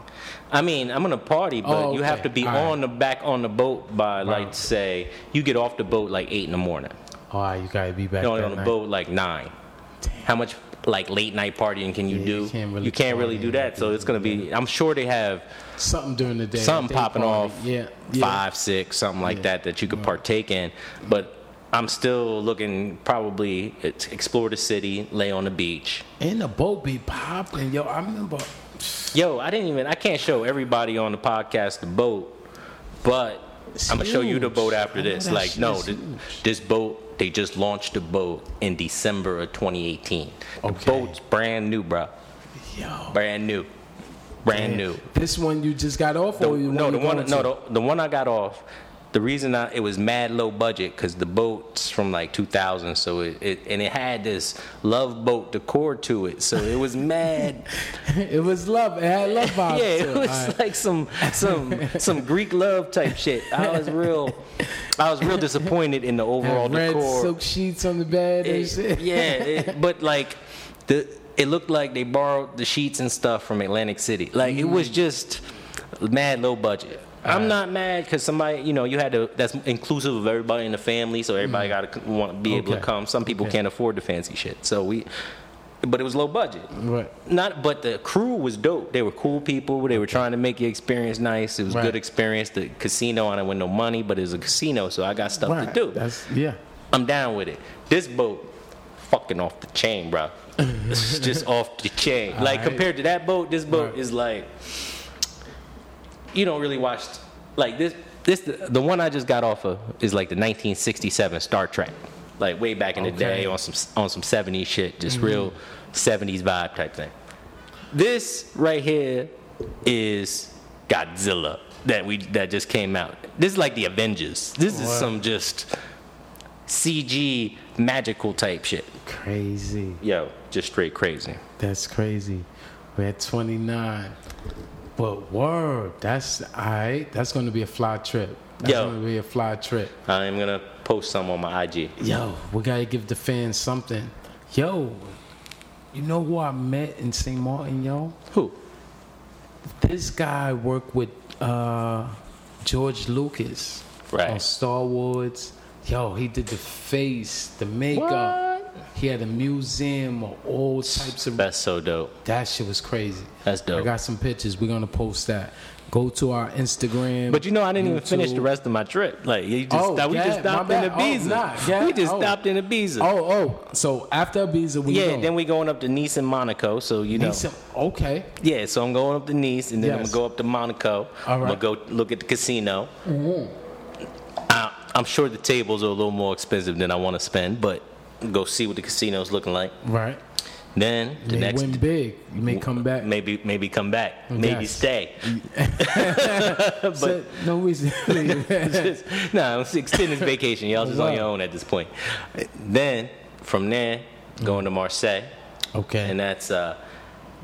Speaker 2: I mean, I'm gonna party, but
Speaker 3: Oh,
Speaker 2: you have to
Speaker 3: okay.
Speaker 2: be
Speaker 3: All right.
Speaker 2: on the back on the boat by
Speaker 3: Wow.
Speaker 2: like say you get off the boat like eight in the morning.
Speaker 3: All right, you gotta be back.
Speaker 2: You're only
Speaker 3: that
Speaker 2: on the
Speaker 3: night.
Speaker 2: boat like nine. How much like late night partying can you
Speaker 3: Yeah,
Speaker 2: do?
Speaker 3: you can't really
Speaker 2: really
Speaker 3: party
Speaker 2: do that. So it's gonna be. I'm sure they have
Speaker 3: Something during the day.
Speaker 2: something
Speaker 3: They
Speaker 2: popping
Speaker 3: party.
Speaker 2: off.
Speaker 3: Yeah. yeah.
Speaker 2: Five, six, something like that that you could partake in, but. I'm still looking probably to explore the city, lay on the beach.
Speaker 3: And the boat be popping, yo. I remember.
Speaker 2: Yo, I didn't even. I can't show everybody on the podcast the boat, but
Speaker 3: It's
Speaker 2: I'm gonna show you the
Speaker 3: huge.
Speaker 2: boat
Speaker 3: I
Speaker 2: after
Speaker 3: know
Speaker 2: this.
Speaker 3: that
Speaker 2: Like,
Speaker 3: shit
Speaker 2: no,
Speaker 3: is
Speaker 2: thi-
Speaker 3: huge.
Speaker 2: this boat. They just launched the boat in December of 2018. The
Speaker 3: Okay.
Speaker 2: boat's brand new, bro.
Speaker 3: Yo,
Speaker 2: Brand new, brand new.
Speaker 3: This one you just got off,
Speaker 2: The-
Speaker 3: or you
Speaker 2: no,
Speaker 3: you
Speaker 2: the one,
Speaker 3: going
Speaker 2: no,
Speaker 3: to?
Speaker 2: the, the one I got off. The reason I, it was mad low budget because the boat's from like 2000, so it, it and it had this love boat decor to it, so it was mad
Speaker 3: it was love. It had love vibes.
Speaker 2: yeah,
Speaker 3: to
Speaker 2: it was
Speaker 3: All right.
Speaker 2: like some some some Greek love type shit. I was real, I was real disappointed in the
Speaker 3: Had
Speaker 2: overall
Speaker 3: red
Speaker 2: decor.
Speaker 3: silk sheets on the bed and
Speaker 2: It-
Speaker 3: shit.
Speaker 2: yeah, it, but like the it looked like they borrowed the sheets and stuff from Atlantic City. Like it
Speaker 3: Mm.
Speaker 2: was just mad low budget. I'm not mad because somebody, you know, you had to. That's inclusive of everybody in the family, so everybody got to want to be able to
Speaker 3: Mm. Okay.
Speaker 2: come. Some people
Speaker 3: Okay.
Speaker 2: can't afford the fancy shit, so we. But it was low budget.
Speaker 3: Right.
Speaker 2: Not, but the crew was dope. They were cool people. They were trying to make your experience nice. It was
Speaker 3: Right.
Speaker 2: good experience. The casino, I didn't win no money, but it was a casino, so I got stuff
Speaker 3: right.
Speaker 2: to do.
Speaker 3: That's yeah.
Speaker 2: I'm down with it. This boat, fucking off the chain, bro. it's just off the chain. like
Speaker 3: right.
Speaker 2: compared to that boat, this boat
Speaker 3: Right.
Speaker 2: is like you don't really watch like this. This the, the one I just got off of is like the 1967 Star Trek, like way back in the
Speaker 3: Okay. Mm-hmm.
Speaker 2: day on some on some 70s shit, just real 70s vibe type thing. This right here is Godzilla that we that just came out. This is like the Avengers. This is some just CG magical type shit.
Speaker 3: Crazy.
Speaker 2: Yo, just straight crazy.
Speaker 3: That's crazy. We're at 29. But word, that's all right. That's going to be a fly trip. That's
Speaker 2: Yo.
Speaker 3: going to be a fly trip.
Speaker 2: I'm gonna post some on my IG.
Speaker 3: Yo, we got to give the fans something. Yo, you know who I met in St. Martin, yo?
Speaker 2: Who?
Speaker 3: This guy worked with uh, George Lucas
Speaker 2: Right.
Speaker 3: on Star Wars. Yo, he did the face, the makeup. He had a museum of all types of
Speaker 2: That's so dope.
Speaker 3: That shit was crazy.
Speaker 2: That's dope.
Speaker 3: I got some pictures. We're gonna post that. Go to our Instagram.
Speaker 2: But you know, I didn't even finish the
Speaker 3: YouTube.
Speaker 2: rest of my trip. Like, you just,
Speaker 3: Oh,
Speaker 2: we just
Speaker 3: yeah, my
Speaker 2: stopped in
Speaker 3: bad. Oh,
Speaker 2: Ibiza.
Speaker 3: nah, yeah,
Speaker 2: we just
Speaker 3: oh.
Speaker 2: stopped in Ibiza.
Speaker 3: Oh, oh. So after Ibiza, we
Speaker 2: yeah,
Speaker 3: Going?
Speaker 2: then we going up to Nice and Monaco. So you know,
Speaker 3: Need some- okay.
Speaker 2: yeah. So I'm going up to Nice, and then I'm
Speaker 3: Yes.
Speaker 2: gonna go up to Monaco.
Speaker 3: All
Speaker 2: I'm
Speaker 3: right.
Speaker 2: gonna go look at the casino. Uh, I'm sure the tables are a little more expensive than I want to spend, but go see what the casino's looking like.
Speaker 3: Right.
Speaker 2: Then the
Speaker 3: You may
Speaker 2: next
Speaker 3: win big. You may come back.
Speaker 2: maybe maybe come back, maybe
Speaker 3: Yes.
Speaker 2: stay.
Speaker 3: but no reason.
Speaker 2: no, I'm extending vacation. Y'all just on
Speaker 3: Wow.
Speaker 2: your own at this point. Then from there, going to Marseille,
Speaker 3: okay.
Speaker 2: and that's uh,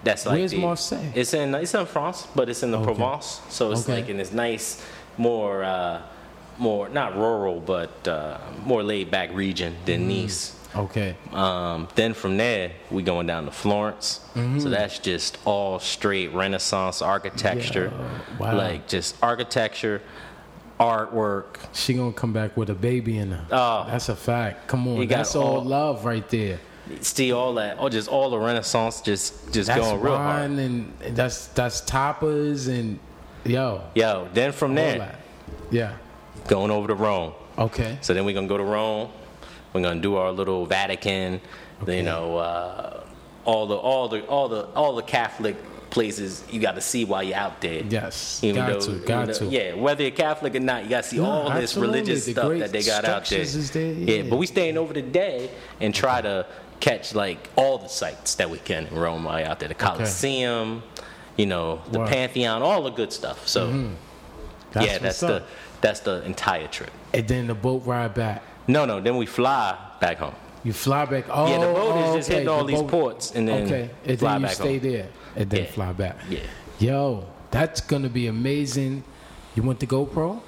Speaker 2: that's like
Speaker 3: Where's
Speaker 2: the-
Speaker 3: Marseille?
Speaker 2: It's in it's in France, but it's in the
Speaker 3: Okay.
Speaker 2: Provence, so it's
Speaker 3: Okay.
Speaker 2: like in this nice, more uh, more not rural, but uh, more laid back region than
Speaker 3: Mm.
Speaker 2: Nice.
Speaker 3: okay.
Speaker 2: Um, then from there, we going down to Florence. So
Speaker 3: Mm-hmm.
Speaker 2: that's just all straight Renaissance architecture,
Speaker 3: Yeah, wow.
Speaker 2: like just architecture, artwork.
Speaker 3: She gonna come back with a baby in her.
Speaker 2: Oh.
Speaker 3: that's a fact. Come
Speaker 2: You
Speaker 3: on,
Speaker 2: got
Speaker 3: that's all,
Speaker 2: all-
Speaker 3: love right there.
Speaker 2: See all that, oh, just all the Renaissance, just just
Speaker 3: That's
Speaker 2: going real hard.
Speaker 3: wine and and that's that's toppers and yo,
Speaker 2: Yo, then from
Speaker 3: all
Speaker 2: there,
Speaker 3: that. Yeah.
Speaker 2: going over to Rome.
Speaker 3: Okay.
Speaker 2: So then we're gonna go to Rome. We're gonna do our little Vatican, you know, uh, all the all the all the all the Catholic places you got to see while you're out there.
Speaker 3: Yes,
Speaker 2: Even
Speaker 3: got
Speaker 2: though-
Speaker 3: to,
Speaker 2: even
Speaker 3: got
Speaker 2: though-
Speaker 3: to.
Speaker 2: Yeah, whether you're Catholic or not, you got to see
Speaker 3: No,
Speaker 2: all this
Speaker 3: absolutely.
Speaker 2: religious
Speaker 3: The
Speaker 2: stuff
Speaker 3: great
Speaker 2: that they got out there.
Speaker 3: structures is there, yeah.
Speaker 2: but we staying over today and try to catch like all the sights that we can in Rome while you're out there. The Colosseum, you know, the
Speaker 3: Wow.
Speaker 2: Pantheon, all the good stuff. So
Speaker 3: Mm-hmm. That's
Speaker 2: yeah,
Speaker 3: what's
Speaker 2: that's
Speaker 3: up.
Speaker 2: the that's the entire trip.
Speaker 3: And then the boat ride back.
Speaker 2: No, no. Then we fly back home.
Speaker 3: You fly back. Oh,
Speaker 2: yeah, the boat is
Speaker 3: oh,
Speaker 2: just
Speaker 3: okay.
Speaker 2: hitting all
Speaker 3: The
Speaker 2: these
Speaker 3: boat-
Speaker 2: ports and then
Speaker 3: okay, and
Speaker 2: fly
Speaker 3: then you
Speaker 2: back
Speaker 3: stay
Speaker 2: home.
Speaker 3: there and then
Speaker 2: Yeah.
Speaker 3: fly back.
Speaker 2: Yeah.
Speaker 3: Yo, that's gonna be amazing. You want the GoPro?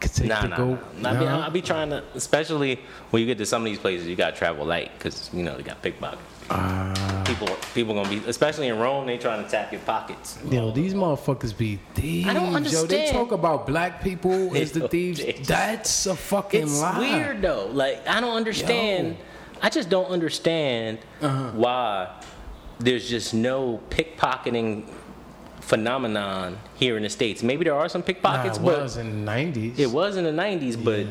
Speaker 3: Could take
Speaker 2: Nah,
Speaker 3: the
Speaker 2: nah,
Speaker 3: Go-
Speaker 2: nah. I'll, be,
Speaker 3: Nah?
Speaker 2: I'll be trying to, especially when you get to some of these places, you gotta travel light because you know they got pickpockets.
Speaker 3: Ah,
Speaker 2: People, people gonna be, especially in Rome, they trying to tap your pockets.
Speaker 3: yo, these motherfuckers be thieves. Yo, they
Speaker 2: understand.
Speaker 3: talk about black people as the
Speaker 2: Yo,
Speaker 3: thieves.
Speaker 2: it's-
Speaker 3: That's a fucking
Speaker 2: It's
Speaker 3: lie.
Speaker 2: weird though. Like I don't understand. I just don't understand
Speaker 3: Uh-huh.
Speaker 2: why there's just no pickpocketing phenomenon here in the states. Maybe there are some
Speaker 3: Nah,
Speaker 2: pickpockets,
Speaker 3: it
Speaker 2: but
Speaker 3: was in the 90s.
Speaker 2: It was in the nineties, but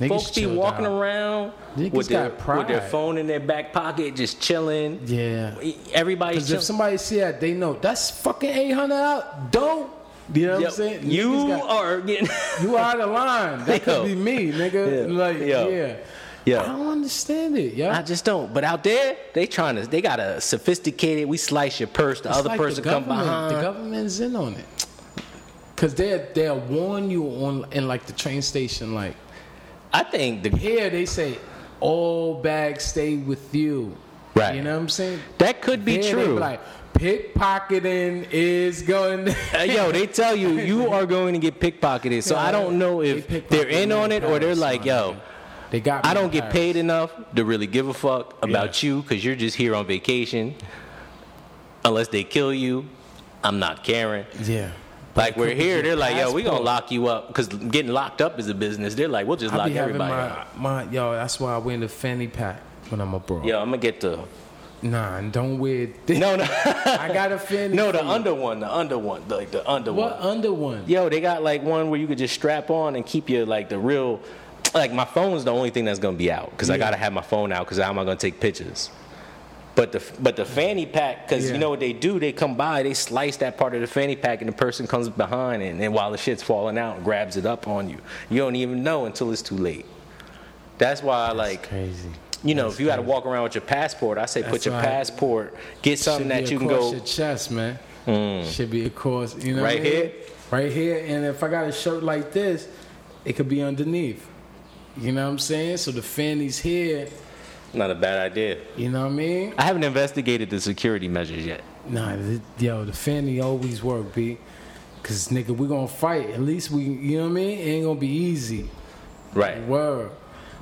Speaker 3: Niggas
Speaker 2: folks be
Speaker 3: chilled
Speaker 2: walking
Speaker 3: out.
Speaker 2: around
Speaker 3: Niggas
Speaker 2: with their,
Speaker 3: got pride.
Speaker 2: with their phone in their back pocket, just chilling.
Speaker 3: Yeah.
Speaker 2: Everybody's
Speaker 3: Because if
Speaker 2: just
Speaker 3: somebody see that, they know that's fucking 800 out. Don't. You know what I'm saying?
Speaker 2: you
Speaker 3: Niggas got-
Speaker 2: are getting
Speaker 3: You out of line. That
Speaker 2: Yo.
Speaker 3: could be me, nigga.
Speaker 2: Yeah.
Speaker 3: Like,
Speaker 2: Yo.
Speaker 3: yeah.
Speaker 2: Yo.
Speaker 3: I don't understand it, yo.
Speaker 2: I just don't. But out there, they trying to they got a sophisticated we slice your purse, the
Speaker 3: It's
Speaker 2: other
Speaker 3: like
Speaker 2: person come
Speaker 3: government-
Speaker 2: behind.
Speaker 3: The government's in on it. Cause they they'll warn you on in like the train station. Like
Speaker 2: I think the
Speaker 3: here they say, all bags stay with you.
Speaker 2: Right.
Speaker 3: You know what I'm saying?
Speaker 2: that could be
Speaker 3: There they
Speaker 2: true.
Speaker 3: Like pickpocketing is going.
Speaker 2: Uh, yo, they tell you you are going to get pickpocketed. So I don't know
Speaker 3: They
Speaker 2: if
Speaker 3: pickpocket
Speaker 2: they're in
Speaker 3: me
Speaker 2: on it or they're
Speaker 3: Paris,
Speaker 2: like,
Speaker 3: my
Speaker 2: yo,
Speaker 3: nigga. They got. me
Speaker 2: I
Speaker 3: in
Speaker 2: don't get
Speaker 3: Paris.
Speaker 2: paid enough to really give a fuck about
Speaker 3: Yeah.
Speaker 2: you because you're just here on vacation. Unless they kill you, I'm not caring.
Speaker 3: Yeah.
Speaker 2: Like we're
Speaker 3: could be
Speaker 2: here,
Speaker 3: your
Speaker 2: they're like, yo, we gonna
Speaker 3: passport.
Speaker 2: lock you up because getting locked up is a business. They're like, we'll just
Speaker 3: I
Speaker 2: lock
Speaker 3: be having
Speaker 2: everybody up.
Speaker 3: my, my yo. That's why I wear the fanny pack when I'm abroad.
Speaker 2: Yo, I'm gonna get the
Speaker 3: Nah, and don't wear. This.
Speaker 2: no, no,
Speaker 3: I got a fanny.
Speaker 2: no, the
Speaker 3: pack.
Speaker 2: under one, the under one, like the under
Speaker 3: What
Speaker 2: one.
Speaker 3: under one?
Speaker 2: Yo, they got like one where you could just strap on and keep your like the real. Like my phone's the only thing that's gonna be out because I
Speaker 3: Yeah.
Speaker 2: gotta have my phone out because how am I gonna take pictures? But the but the fanny pack because
Speaker 3: Yeah.
Speaker 2: you know what they do? They come by, they slice that part of the fanny pack, and the person comes behind and, and while the shit's falling out, grabs it up on you. You don't even know until it's too late. That's why I like
Speaker 3: Crazy.
Speaker 2: you know if you got to walk around with your passport, I say put
Speaker 3: That's
Speaker 2: your
Speaker 3: right.
Speaker 2: passport, get something
Speaker 3: Should be
Speaker 2: that you can
Speaker 3: across
Speaker 2: go. Mm.
Speaker 3: Your chest, man. Should be across. You know,
Speaker 2: Right
Speaker 3: what I mean?
Speaker 2: here?
Speaker 3: Right here, and if I got a shirt like this, it could be underneath. You know what I'm saying? So the fanny's here.
Speaker 2: Not a bad idea.
Speaker 3: You know what I mean?
Speaker 4: I haven't investigated the security measures yet.
Speaker 3: Nah, th- yo, the fanny always work, B. Cause nigga, we gonna fight. At least we, you know what I mean? It ain't gonna be easy.
Speaker 2: Right.
Speaker 3: Word.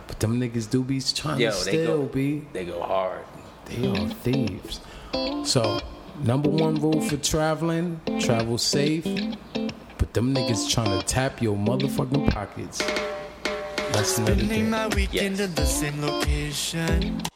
Speaker 3: But them niggas do be trying
Speaker 2: Yo,
Speaker 3: to
Speaker 2: they
Speaker 3: still
Speaker 2: go,
Speaker 3: be.
Speaker 2: they go hard.
Speaker 3: They are thieves. So, number one rule for traveling: travel safe. But them niggas trying to tap your motherfucking pockets. That's another
Speaker 1: Spending
Speaker 3: thing.
Speaker 1: my weekend
Speaker 2: Yes.
Speaker 1: in the same location.